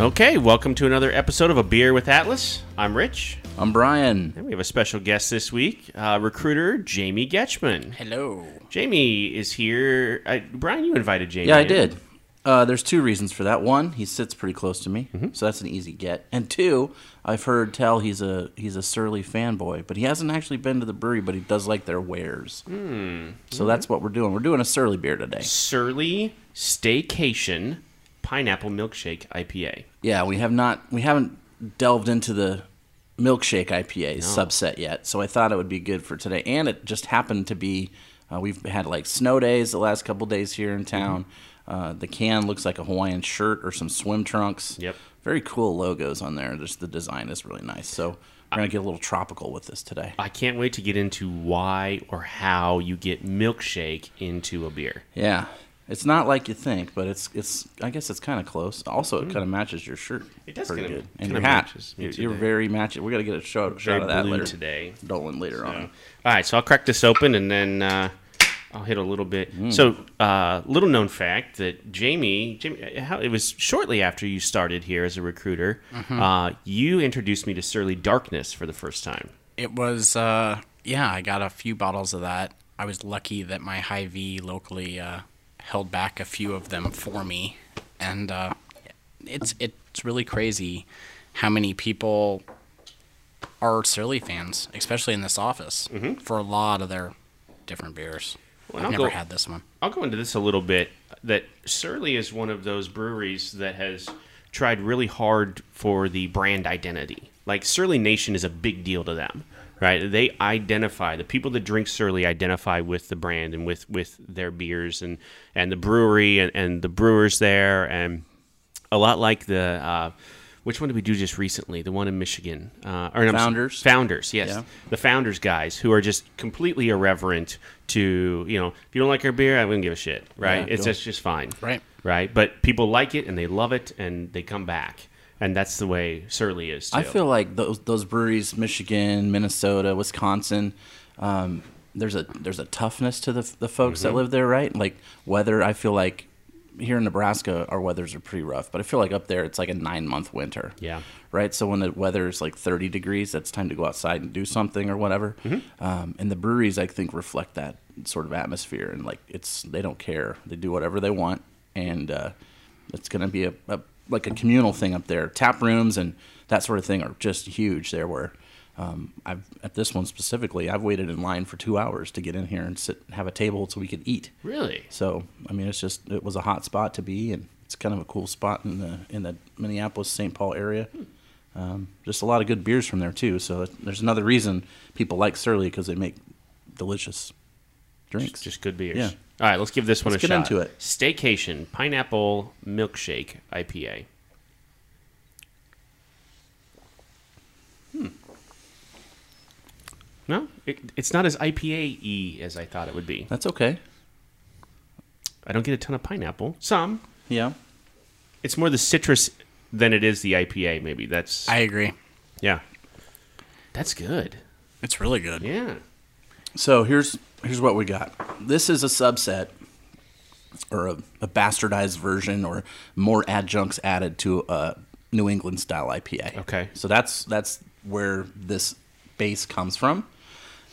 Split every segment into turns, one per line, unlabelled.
Okay, welcome to another episode of A Beer with Atlas. I'm Rich,
I'm Brian.
and we have a special guest this week, uh, recruiter Jamie Getchman.
Hello.
Jamie is here. I, Brian, you invited Jamie.
Yeah, I
in.
did. Uh, there's two reasons for that. One, he sits pretty close to me, so that's an easy get. And two, I've heard tell he's a he's a surly fanboy, but he hasn't actually been to the brewery, but he does like their wares. So that's what we're doing. We're doing a surly beer today.
Surly Staycation Pineapple Milkshake IPA.
Yeah, we have not we haven't delved into the milkshake IPA subset yet, so I thought it would be good for today. And it just happened to be uh, we've had like snow days the last couple days here in
Mm-hmm.
town. Uh, the can looks like a Hawaiian shirt or some swim trunks.
Yep.
Very cool logos on there. Just the design is really nice. So we're gonna get a little tropical with this today.
I can't wait to get into why or how you get milkshake into a beer.
Yeah. It's not like you think, but it's it's. I guess it's kind of close. Also, it kind of matches your shirt.
Mm-hmm. It does
pretty
kinda-
good, and
kinda
your hat.
matches me
You're, you're
today.
very matching. We're gonna get a shot, shot
Very
of that
blue
later.
today.
Dolan later on.
All right, so I'll crack this open and then uh, I'll hit a little bit. So, uh, little known fact that Jamie, Jamie, uh, how, it was shortly after you started here as a recruiter. Uh, you introduced me to Surly Darkness for the first time.
It was, uh, yeah, I got a few bottles of that. I was lucky that my high V locally uh, held back a few of them for me, and uh, it's it's really crazy how many people are Surly fans, especially in this office,
Mm-hmm.
for a lot of their different beers.
Well,
I've
I'll
never
go-
had this one.
I'll go into this a little bit. That Surly is one of those breweries that has tried really hard for the brand identity. Like Surly Nation is a big deal to them, right? They identify the people that drink Surly identify with the brand and with with their beers and and the brewery and, and the brewers there and a lot like the uh, which one did we do just recently? The one in Michigan, uh, or no, I'm sorry,
Founders?
founders, yes,
Yeah.
the founders guys who are just completely irreverent to you know if you don't like our beer, I wouldn't give a shit, right?
Yeah,
it's
cool.
it's just fine,
Right.
Right, but people like it and they love it and they come back, and that's the way Surly is. Too.
I feel like those those breweries, Michigan, Minnesota, Wisconsin. Um, there's a there's a toughness to the the folks that live there, right? Like weather. I feel like here in Nebraska, our weathers are pretty rough, but I feel like up there it's like a nine month winter.
Yeah.
Right. So when the weather is like 30 degrees, that's time to go outside and do something or whatever. Um, and the breweries, I think, reflect that sort of atmosphere. And like, it's they don't care. They do whatever they want, and uh, it's going to be a, a like a communal thing up there. Tap rooms and that sort of thing are just huge there. Where um, I've at this one specifically, I've waited in line for two hours to get in here and sit have a table so we could eat.
really.
So I mean, it's just it was a hot spot to be, and it's kind of a cool spot in the in the Minneapolis St. Paul area. Um, just a lot of good beers from there too. So there's another reason people like Surly because they make delicious drinks.
Just good beers.
Yeah.
All right, let's give this one
Let's
a
get
shot.
into it.
Staycation Pineapple Milkshake IPA. Hmm. No, it, it's not as IPA y as I thought it would be.
That's okay.
I don't get a ton of pineapple. Some.
Yeah,
It's more the citrus than it is the IPA, maybe. That's.
I agree.
yeah. That's good.
It's really good.
Yeah.
So here's here's what we got. This is a subset or a, a bastardized version or more adjuncts added to a New England style IPA.
Okay.
So that's that's where this base comes from.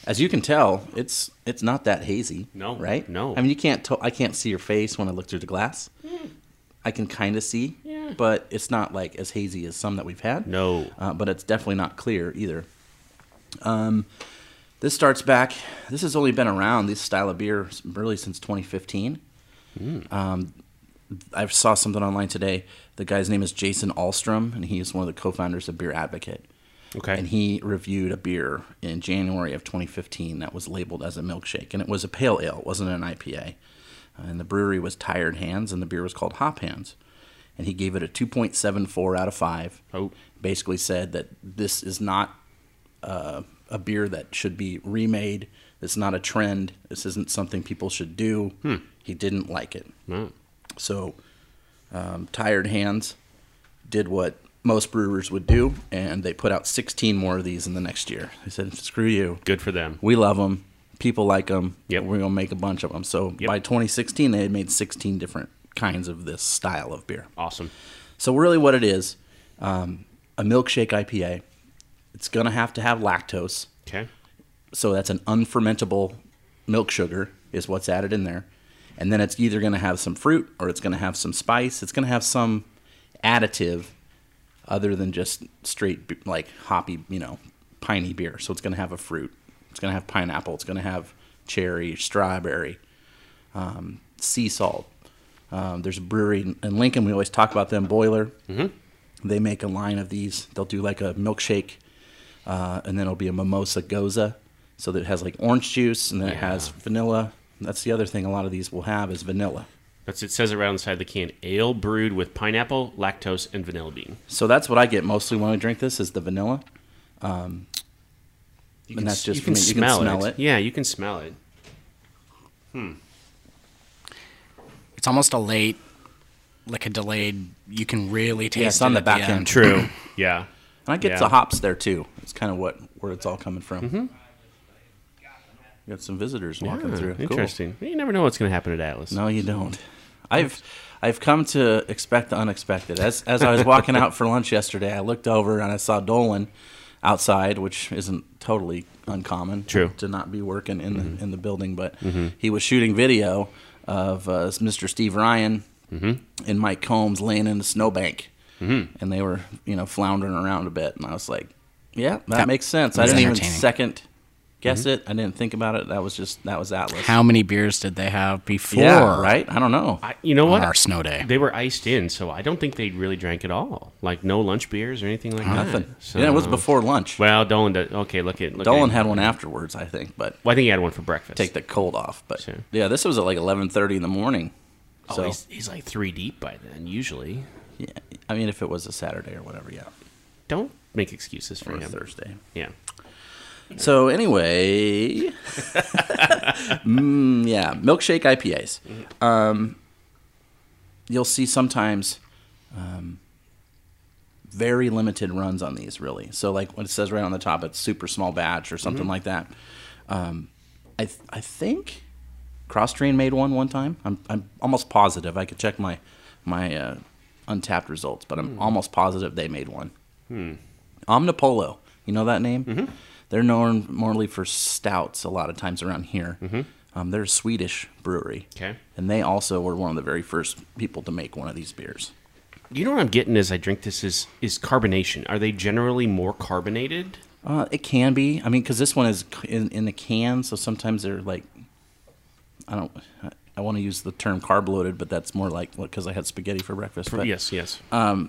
As you can tell, it's it's not that hazy.
No,
Right?
no.
I mean you can't to- I can't see your face when I look through the glass. I can kind of see,
Yeah.
but it's not like as hazy as some that we've had.
No.
Uh, but it's definitely not clear either. Um, This starts back. This has only been around this style of beer really since 2015.
Hmm.
Um, I saw something online today. The guy's name is Jason Alstrom, and he is one of the co-founders of Beer Advocate.
Okay.
And he reviewed a beer in January of 2015 that was labeled as a milkshake, and it was a pale ale, it wasn't an IPA. Uh, And the brewery was Tired Hands, and the beer was called Hop Hands. And he gave it a 2.74 out of five.
Oh.
Basically said that this is not uh, a beer that should be remade. It's not a trend. This isn't something people should do. He didn't like it. So, um, Tired Hands did what most brewers would do, and they put out 16 more of these in the next year. They said, screw you.
Good for them.
We love them. People like them.
Yep.
We're going to make a bunch of them. So,
Yep.
by 2016, they had made 16 different kinds of this style of beer.
Awesome.
So really, what it is, um, a milkshake IPA. It's gonna have to have lactose.
Okay.
So that's an unfermentable milk sugar is what's added in there. And then it's either going to have some fruit or it's going to have some spice. It's going to have some additive other than just straight b- like hoppy, you know, piney beer. So it's going to have a fruit. It's going to have pineapple. It's going to have cherry, strawberry, um, sea salt. Um, there's a brewery in- in Lincoln. We always talk about them, Boiler. Mm-hmm. They make a line of these. They'll do like a milkshake uh, and then it'll be a mimosa goza. So that it has like orange juice, and then it has vanilla. That's the other thing. A lot of these will have is vanilla.
That's it says it right on the side of the can. Ale brewed with pineapple, lactose, and vanilla bean.
So that's what I get mostly when I drink this is the vanilla.
You
And that's
s-
just
you can,
from it. You can
smell,
smell
it.
it.
Yeah, you can smell it.
It's almost a late, like a delayed. You can really taste.
it's on
it
the
at
back
end.
end.
True. yeah.
And I get
Yeah. Mm-hmm.
the hops there too. It's kind of what where it's all coming from. Got some visitors walking
Yeah,
through. Cool.
Interesting. You never know what's going to happen at Atlas.
No, you don't. I've I've come to expect the unexpected. As as I was walking out for lunch yesterday, I looked over and I saw Dolan outside, which isn't totally uncommon.
True.
to not be working in the in the building, but he was shooting video of uh, Mr. Steve Ryan and Mike Combs laying in a snowbank, and they were you know floundering around a bit, and I was like, yeah, that,
That
makes sense. I
was
didn't even
entertaining.
second guess it. I didn't think about it. That was just that was Atlas.
How many beers did they have before?
yeah, right. I don't know.
I, you know
On
what?
our snow day.
They were iced in, so I don't think they really drank at all. Like no lunch beers or anything like that.
Nothing.
Hmm. So,
yeah, it was before lunch.
Well, Dolan. Did, okay, look at look
Dolan
at,
had one afterwards, I think, but
Well, I think he had one for breakfast.
take the cold off. But
Sure.
yeah, this was at like eleven thirty in the morning.
Oh,
So
he's, he's like three deep by then. Usually,
yeah, I mean, if it was a Saturday or whatever, yeah,
don't make excuses for
or a
him.
Thursday.
Yeah.
So anyway, mm, yeah, milkshake IPAs. Um, you'll see sometimes um, very limited runs on these, really. So like what it says right on the top, it's super small batch or something like that. Um, I th- I think Cross Train made one one time. I'm I'm almost positive. I could check my my uh, untapped results, but I'm almost positive they made one. Omnipolo. You know that name? They're known morally for stouts a lot of times around here. Um, they're a Swedish brewery.
Okay.
And they also were one of the very first people to make one of these beers.
You know what I'm getting as I drink this is is carbonation. Are they generally more carbonated?
Uh, it can be. I mean, because this one is c- in, in a can, so sometimes they're like, I don't, I, I want to use the term carb loaded, but that's more like what, because I had spaghetti for breakfast. But
yes, yes. Uh,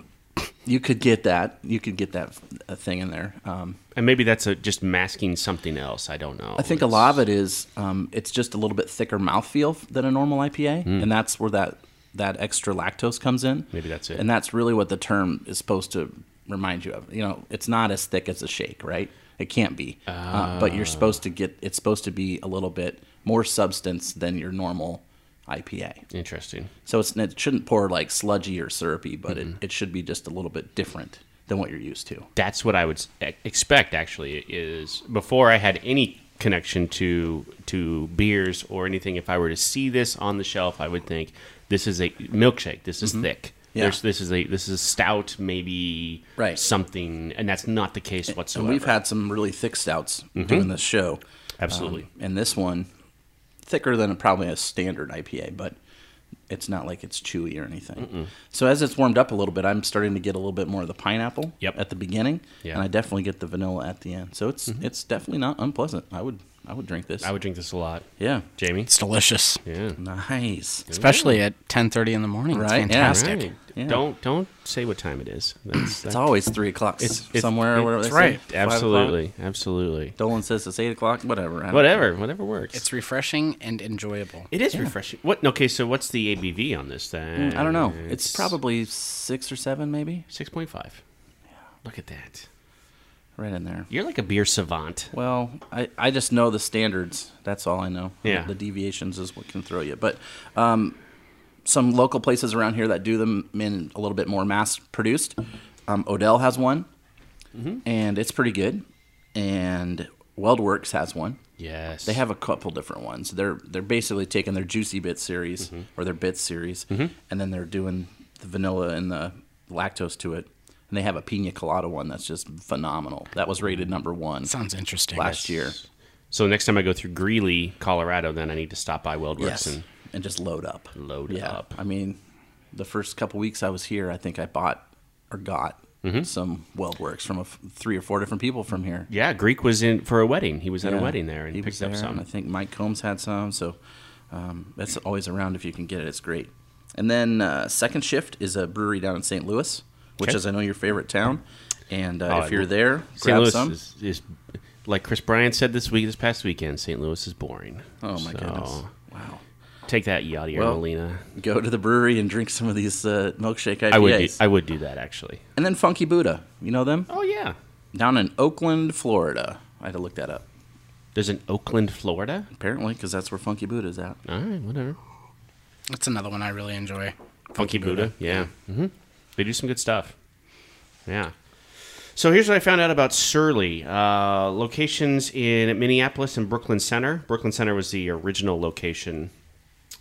You could get that. You could get that uh, thing in there. Um,
and maybe that's a, just masking something else. I don't know.
I think a lot of it is um, it's just a little bit thicker mouthfeel than a normal IPA, and that's where that that extra lactose comes in.
Mm. Maybe that's it.
And that's really what the term is supposed to remind you of. You know, it's not as thick as a shake, right? It can't be. Uh, but you're supposed to get it's supposed to be a little bit more substance than your normal IPA.
Interesting.
So it's, it shouldn't pour like sludgy or syrupy, but it, it should be just a little bit different than what you're used to.
That's what I would s- e- expect. Actually, is before I had any connection to to beers or anything. If I were to see this on the shelf, I would think this is a milkshake. This is thick.
Mm-hmm. Yeah.
There's, this is a this is stout, maybe
Right.
something, and that's not the case whatsoever.
And we've had some really thick stouts
Mm-hmm.
doing this show.
Absolutely.
Um, and this one, thicker than probably a standard IPA, but it's not like it's chewy or anything. So as it's warmed up a little bit, I'm starting to get a little bit more of the pineapple
Yep.
at the beginning,
Yeah. Mm-hmm.
and I definitely get the vanilla at the end. So it's it's definitely not unpleasant. I would I would drink this.
I would drink this a lot.
yeah.
Jamie.
It's delicious,
Yeah.
Nice.
especially at 10:30 in the morning. It's
Right, yeah.
fantastic.
Right.
Yeah.
Don't don't say what time it is. That's,
It's always three o'clock s- somewhere. or whatever
That's
they
right.
say. Five o'clock?
Absolutely. Absolutely.
Dolan says it's eight o'clock. Whatever. I don't-
Whatever. Whatever works.
It's refreshing and enjoyable.
It is refreshing. What? Okay, so what's the ABV on this then?
Mm, I don't know. It's probably six or seven, maybe,
six point five. Look at that.
right in there.
You're like a beer savant.
Well, I, I just know the standards. That's all I know.
Yeah.
The deviations is what can throw you. But um, some local places around here that do them in a little bit more mass produced. Um, Odell has one, and it's pretty good. And Weldworks has one.
Yes.
They have a couple different ones. They're they're basically taking their juicy bit series or their bits series, and then they're doing the vanilla and the lactose to it. And they have a pina colada one that's just phenomenal. That was rated number one
Sounds interesting.
last year.
So next time I go through Greeley, Colorado, then I need to stop by Weldworks and
And just load up.
Load up.
I mean, the first couple weeks I was here, I think I bought or got
Mm-hmm.
some weld works from a f three or four different people from here.
yeah, Greek was in for a wedding. He was at a
Yeah,
wedding there and
he
picked
was
up
there,
some.
and I think Mike Combs had some, so um, that's always around if you can get it. It's great. And then uh, second shift is a brewery down in St. Louis, which
Okay.
is I know your favorite town. And uh,
Oh, I
if you're
love-
there,
St.
grab
Louis
some.
is, is like Chris Bryant said this week, this past weekend. St. Louis is boring.
oh my
So,
goodness! Wow.
Take that, Yadier
Well,
Molina.
Go to the brewery and drink some of these uh, milkshake IPAs.
I would. Do, I would do that actually.
and then Funky Buddha, you know them
Oh yeah.
down in Oakland, Florida. I had to look that up
There's an Oakland, Florida.
apparently because that's where Funky Buddha is at.
All right, whatever.
That's another one I really enjoy.
Funky Buddha. Yeah. hmm They do some good stuff. Yeah. So here's what I found out about Surly. Uh, locations in Minneapolis and Brooklyn Center. Brooklyn Center was the original location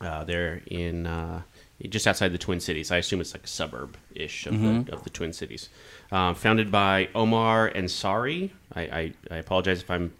uh, there in uh, just outside the Twin Cities. I assume it's like a suburb ish of, the, of the Twin Cities. Um, founded by Omar Ansari. I, I, I apologize if I'm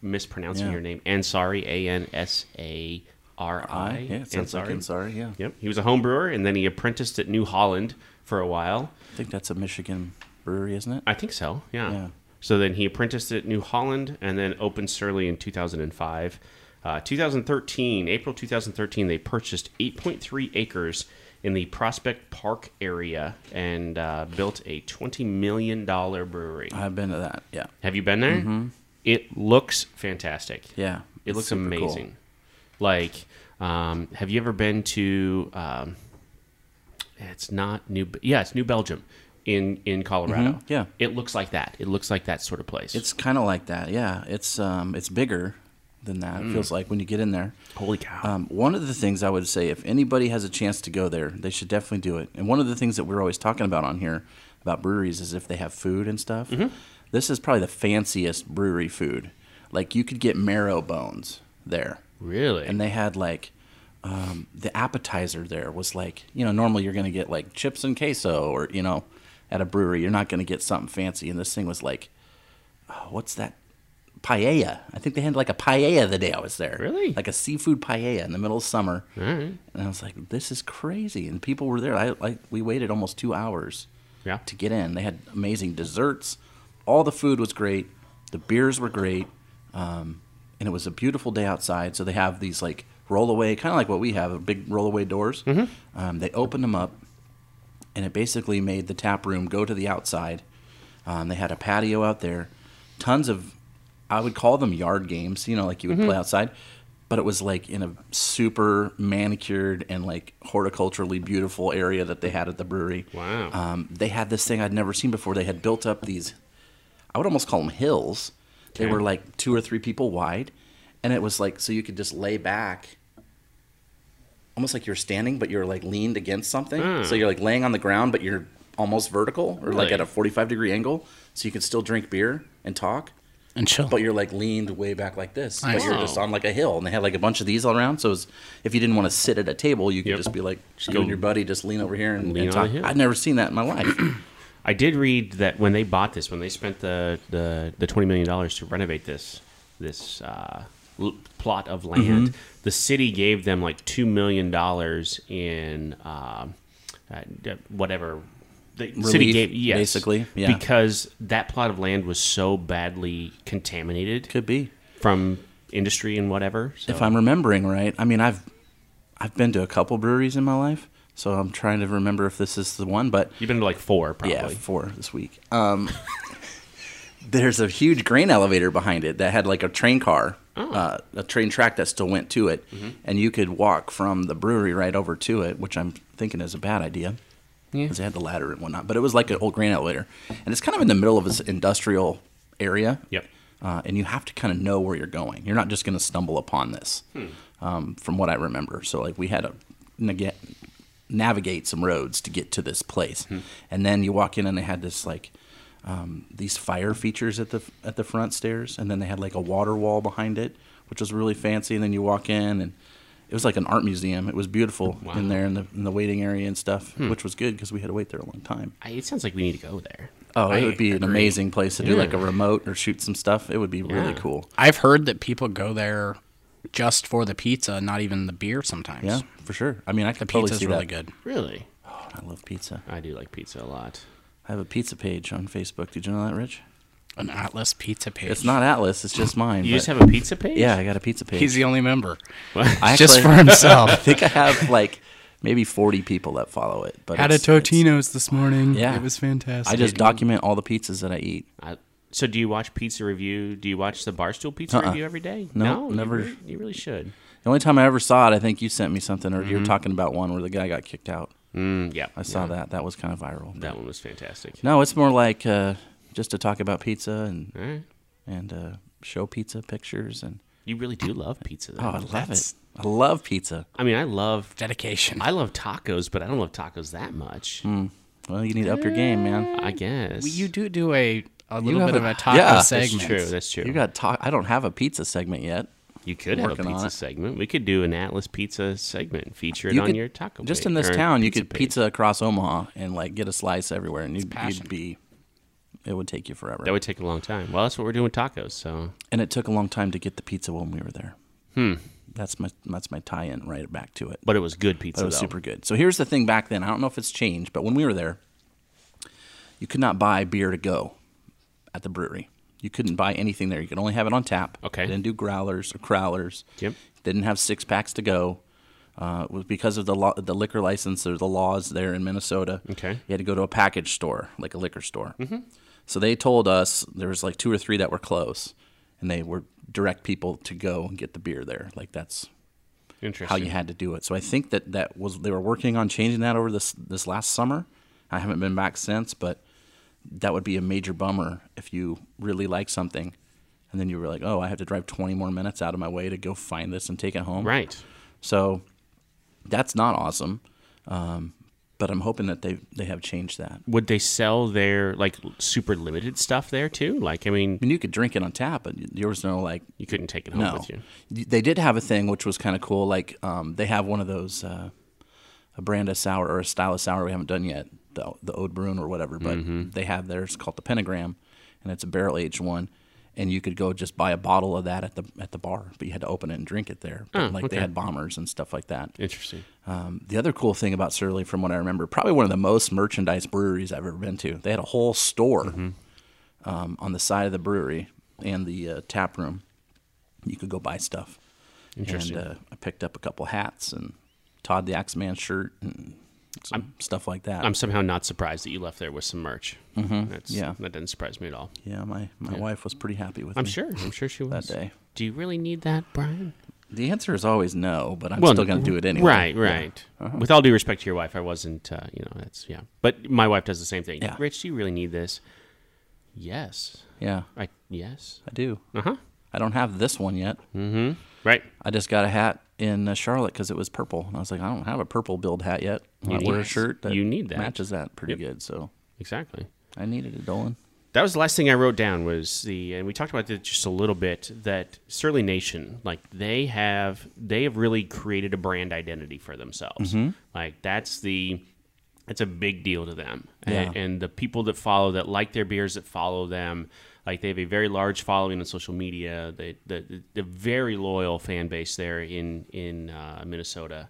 mispronouncing
Yeah.
your name. Ansari, A N S A R I.
yeah, it sounds like Ansari. Yeah,
Yep. He was a home brewer and then he apprenticed at New Holland for a while.
I think that's a Michigan brewery, isn't it?
I think so. Yeah.
Yeah.
So then he apprenticed at New Holland and then opened Surly in 2005. Uh, 2013, April 2013, they purchased 8.3 acres in the Prospect Park area and uh, built a $20 million brewery.
I've been to that. Yeah.
Have you been there? It looks fantastic.
Yeah,
It
it's
looks
super cool.
amazing. Like, um, have you ever been to? Um, it's not New. Yeah, it's New Belgium, in in Colorado.
Mhm, yeah.
it looks like that. It looks like that sort of place.
It's kind of like that. Yeah, it's um, it's bigger than that. It feels like when you get in there.
Mm. holy cow.
Um, one of the things I would say, if anybody has a chance to go there, they should definitely do it. And one of the things that we're always talking about on here about breweries is if they have food and stuff.
Mm-hmm.
This is probably the fanciest brewery food. Like you could get marrow bones there.
really?
And they had like um, the appetizer there was like you know normally you're gonna get like chips and queso or you know at a brewery you're not gonna get something fancy and this thing was like oh, what's that paella I think they had like a paella the day I was there
Really?
like a seafood paella in the middle of summer and I was like this is crazy and people were there I like we waited almost two hours
yeah.
to get in. They had amazing desserts. All the food was great. The beers were great. Um, and it was a beautiful day outside. So they have these like rollaway, kind of like what we have, big rollaway doors. Um, they opened them up and it basically made the tap room go to the outside. Um, they had a patio out there, tons of, I would call them yard games, you know, like you would play outside, but it was like in a super manicured and like horticulturally beautiful area that they had at the brewery.
Wow.
Um, they had this thing I'd never seen before. They had built up these, I would almost call them hills. They
Okay.
were like two or three people wide, and it was like so you could just lay back almost like you're standing, but you're like leaned against something.
Hmm.
So you're like laying on the ground, but you're almost vertical or like
Really?
at a 45 degree angle. So you can still drink beer and talk,
And chill.
but you're like leaned way back like this. But
Nice.
you're
Wow.
just on like a hill. And they had like a bunch of these all around. So it was, if you didn't want to sit at a table, you could
Yep.
just be like,
Just
you
go
and your buddy just lean over here and,
lean
and
on a
talk.
hill.
I'd never seen that in my life.
I did read that when they bought this, when they spent the the, the twenty million dollars to renovate this this uh, l- plot of land,
Mm-hmm.
the city gave them like two million dollars in um uh, d- whatever. The city
Relief,
gave yes,
basically, yeah.
because that plot of land was so badly contaminated
Could be.
from industry and whatever. So.
If I'm remembering right, I mean, I've, I've been to a couple breweries in my life. So I'm trying to remember if this is the one, but
you've been to like four, probably.
Yeah, four this week. Um, there's a huge grain elevator behind it that had like a train car, uh, a train track that still went to it, and you could walk from the brewery right over to it, which I'm thinking is a bad idea because they had the ladder and whatnot. But it was like an old grain elevator, and it's kind of in the middle of this industrial area.
Yep.
Uh, and you have to kind of know where you're going. You're not just going to stumble upon this, um, from what I remember. So like we had to neg- navigate some roads to get to this place, and then you walk in and they had this like um, these fire features at the at the front stairs, and then they had like a water wall behind it, which was really fancy. And then you walk in and it was like an art museum. It was beautiful
Wow.
in there in the in the waiting area and stuff, which was good because we had to wait there a long time.
I, it sounds like we need to go there.
Oh, it
I
would be an
agree.
amazing place to do like a
Yeah.
remote or shoot some stuff. It would be really
Yeah.
cool.
I've heard that people go there just for the pizza, not even the beer sometimes.
Yeah, for sure. I mean, I
The
could totally
pizza's
see
really
that.
good.
Really,
Oh, I love pizza.
I do like pizza a lot.
I have a pizza page on Facebook. Did you know that, Rich?
An Atlas pizza page.
It's not Atlas. It's just mine.
You just
but-
have a pizza page?
yeah, I got a pizza page.
He's the only member.
I
just for
actually- I
himself.
think I have like maybe 40 people that follow it. But
Had a
it's- it's-
Totino's this morning.
Yeah.
It was fantastic.
I just document all the pizzas that I eat.
I, so do you watch pizza review? Do you watch the Barstool Pizza
Uh-uh.
review every day?
No,
you
never.
re- You really, should.
The only time I ever saw it, I think you sent me something, or you were talking about one where the guy got kicked out.
Mm, yeah,
I saw that. That was kind of viral. but-
that one was fantastic.
No, it's more like uh, just to talk about pizza and
All right.
and uh, show pizza pictures and
You really do love pizza. Though.
oh, I love it.
That's-
I love pizza.
I mean, I love
dedication.
I love tacos, but I don't love tacos that much.
Mm. Well, you need to up your game, man.
I guess
you do do a, a little
have
bit
a-
of a taco
yeah. That's
That's
segment.
true. That's true.
You got talk. I don't have a pizza segment yet.
You could have a
Working on
pizza
it.
segment. We could do an Atlas Pizza segment and feature it
You
on
could-
your taco.
Just
page-
in this
or
town, you could
page.
pizza across Omaha and like get a slice everywhere, and you'd,
passion.
you'd be. It would take you forever,
That would take a long time. Well, that's what we're doing with tacos. So
and it took a long time to get the pizza when we were there. Hmm. That's my that's my tie-in right back to it.
But it was good pizza.
That was
though.
super good. So here's the thing back then. I don't know if it's changed, but when we were there, you could not buy beer to go at the brewery. You couldn't buy anything there. You could only have it on tap.
Okay.
They didn't do growlers or crowlers.
Yep.
Didn't have six packs to go. Uh, it was because of the law, the liquor license or the laws there in Minnesota.
Okay. Mm-hmm.
You had to go to a package store, like a liquor store. So they told us there was like two or three that were close, and they were direct people to go and get the beer there. Like that's how
Interesting.
you had to do it. So I think that that was they were working on changing that over this this last summer. I haven't been back since, but that would be a major bummer if you really like something and then you were like, "Oh, I have to drive 20 more minutes out of my way to go find this and take it home."
right.
So that's not awesome. Um, but I'm hoping that they they have changed that. I
Would they sell their like super limited stuff there too? Like, I mean,
mean, you could drink it on tap, but there was no like
you couldn't take it home
no.
with you.
Y- They did have a thing which was kind of cool. Like um, they have one of those uh, a brand of sour or a style of sour we haven't done yet, the the Ode Bruin or whatever. But
Mm-hmm.
they have theirs called the Pentagram, and it's a barrel aged one. And you could go just buy a bottle of that at the at the bar, but you had to open it and drink it there. But,
Oh,
like they
okay.
had bombers and stuff like that.
Interesting.
Um, the other cool thing about Surly, from what I remember, probably one of the most merchandise breweries I've ever been to. They had a whole store
Mm-hmm.
um, on the side of the brewery and the uh, tap room. You could go buy stuff.
Interesting.
And uh, I picked up a couple hats and Todd the Axeman shirt and some stuff like that.
I'm somehow not surprised that you left there with some merch. Mm-hmm. That's,
Yeah.
that doesn't surprise me at all.
yeah, my, my wife was pretty happy with
I'm
me
sure. I'm sure she
that
was.
day.
Do you really need that, Brian?
The answer is always no, but I'm still going to do it anyway. Uh-huh.
Right, right. With all due respect to your wife, I wasn't. Uh, you know, that's yeah. But my wife does the same thing.
Yeah.
Rich, do you really need this? Yes.
Yeah,
I yes.
I do.
Uh huh.
I don't have this one yet.
Right.
I just got a hat in uh, Charlotte because it was purple, and I was like, I don't have a purple build hat yet.
You
I
need
wear a
that.
shirt that
You need that.
matches that pretty good, so
Exactly.
I needed a Dolan.
That was the last thing I wrote down was the, and we talked about this just a little bit. That Surly Nation, like they have, they have really created a brand identity for themselves.
Mm-hmm.
Like that's the, it's a big deal to them, and,
Yeah.
and the people that follow that like their beers that follow them, like they have a very large following on social media. They, the, the very loyal fan base there in in uh, Minnesota.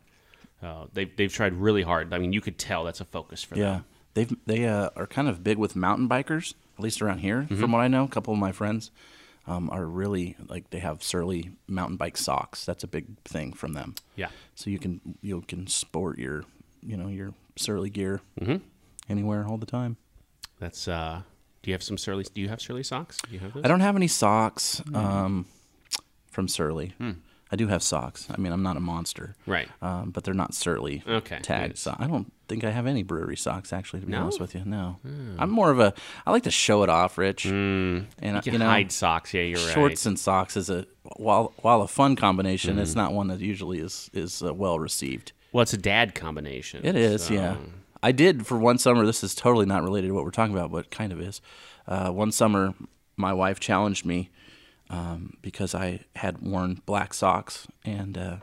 Uh, they've they've tried really hard. I mean, you could tell that's a focus for
Yeah,
them.
they've they uh, are kind of big with mountain bikers, at least around here,
Mm-hmm.
from what I know. A couple of my friends um, are really like they have Surly mountain bike socks. That's a big thing from them.
Yeah.
so you can you can sport your you know your Surly gear
Mm-hmm.
anywhere all the time.
That's uh do you have some Surly do you have Surly socks? Do you have those?
I don't have any socks um, from Surly. I do have socks. I mean, I'm not a monster,
Right.
Um, but they're not Surly
Okay.
tagged.
Yes.
So I don't think I have any brewery socks actually. To be
No? Hmm.
honest with you, no. I'm more of a. I like to show it off, Rich. And I-
you
you,
can
know,
hide socks, yeah, you're
shorts
right.
and socks is a while while a fun combination. It's
Hmm.
not one that usually is is uh, well received.
well, it's a dad combination.
It is,
so-
yeah. I did for one summer. This is totally not related to what we're talking about, but kind of is. Uh, one summer, my wife challenged me um, because I had worn black socks and uh,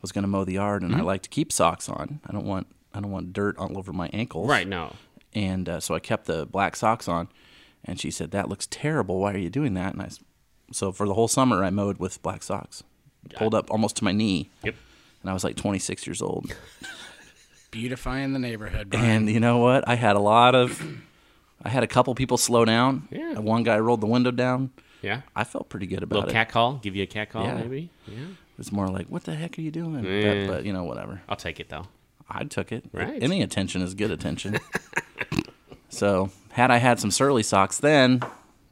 was going to mow the yard,
Mm-hmm.
and I like to keep socks on. I don't want I don't want dirt all over my ankles.
Right, no.
And uh, so I kept the black socks on, and she said, "That looks terrible. Why are you doing that?" And I, s- so for the whole summer, I mowed with black socks, pulled up almost to my knee,
Yep.
and I was like 26 years old.
Beautifying the neighborhood. Brian.
And you know what? I had a lot of, I had a couple people slow down.
Yeah.
One guy rolled the window down.
Yeah.
I felt pretty good about
Little
it.
cat call. Give you a cat call,
Yeah.
maybe. Yeah.
It was more like, "What the heck are you doing?"
Yeah.
But, but you know, whatever.
I'll take it though.
I took it.
Right.
Any attention is good attention. so had I had some surly socks then,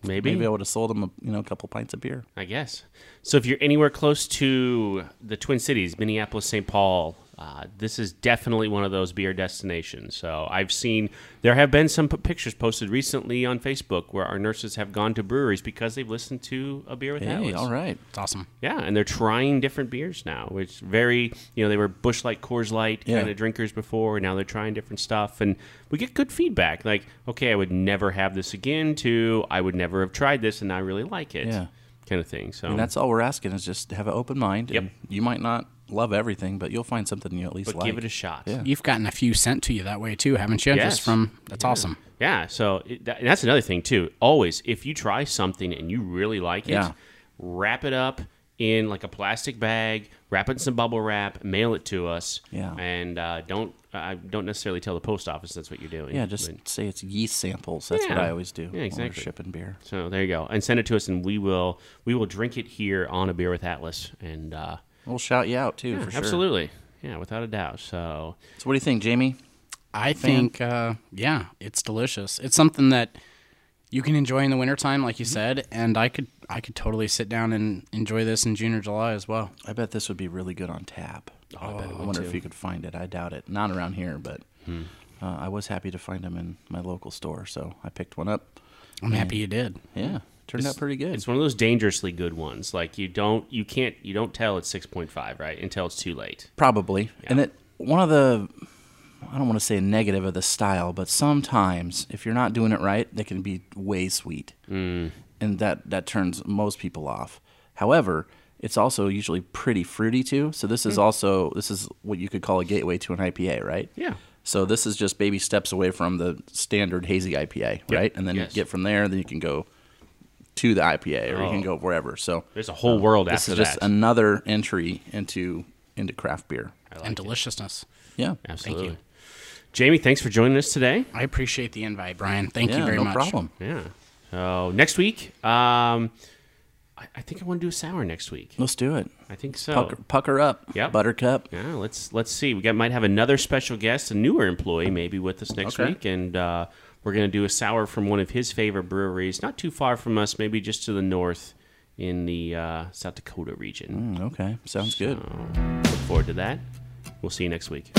Maybe.
maybe, I would have sold them, a, you know, a couple pints of beer.
I guess. So if you're anywhere close to the Twin Cities, Minneapolis, St. Paul, uh, this is definitely one of those beer destinations. So I've seen there have been some p- pictures posted recently on Facebook where our nurses have gone to breweries because they've listened to a beer with
Hey,
Alice.
all right.
It's awesome.
Yeah, and they're trying different beers now, which very you know they were Bush Light, Coors Light
Yeah.
kind of drinkers before, and now they're trying different stuff, and we get good feedback. Like, okay, I would never have this again. To I would never have tried this, and I really like it.
Yeah.
kind of thing. So
And that's all we're asking is just have an open mind.
Yep.
and You might not love everything, but you'll find something you at least
but
like.
give it a shot.
Yeah.
You've gotten a few sent to you that way too, haven't you?
Yes.
Just from that's awesome.
Yeah, so it, that, and that's another thing too. Always, if you try something and you really like it,
Yeah.
wrap it up in like a plastic bag, wrap it in some bubble wrap, mail it to us.
Yeah.
and uh, don't I don't necessarily tell the post office that's what you're doing.
yeah, just
but-
say it's yeast samples. That's what
Yeah.
I always do. when we're
exactly.
Shipping beer.
so there you go, and send it to us, and we will we will drink it here on a beer with Atlas, and uh,
We'll shout you out too for sure.
absolutely, yeah, without a doubt. So
So what do you think, Jamie?
I think, uh, yeah, it's delicious. It's something that you can enjoy in the wintertime, like you said, and I could I could totally sit down and enjoy this in June or July as well.
I bet this would be really good on tap. Oh, I, bet it would wonder if you could find it. I doubt it. Not around here, but uh, I was happy to find them in my local store, so I picked one up.
I'm happy you did.
Yeah, turned out pretty good.
It's one of those dangerously good ones. Like you don't, you can't, you don't tell it's six point five, right? Until it's too late.
Probably. And it one of the I don't want to say a negative of the style, but sometimes if you're not doing it right, they can be way sweet. Mm. And that that turns most people off. However, it's also usually pretty fruity too. So this
Mm.
is also this is what you could call a gateway to an IPA, right?
Yeah.
So this is just baby steps away from the standard hazy IPA, right? And then
Yes.
you get from there, then you can go to the IPA or you
Oh.
can go wherever. So
There's a whole world
this
after
is just
that.
another entry into into craft beer.
and deliciousness.
Yeah.
Absolutely.
Thank you.
Jamie, thanks for joining us today.
I appreciate the invite, Brian. Thank you very
no
much.
problem.
Yeah. So next week, um, I, I think I want to do a sour next week.
Let's do it.
I think so.
Pucker, pucker up,
Yep.
Buttercup.
Yeah, let's let's see. We got might have another special guest, a newer employee maybe with us next
Okay.
week, and uh, we're gonna do a sour from one of his favorite breweries, not too far from us, maybe just to the north in the uh, South Dakota region.
Mm, okay, sounds good.
Look forward to that. We'll see you next week.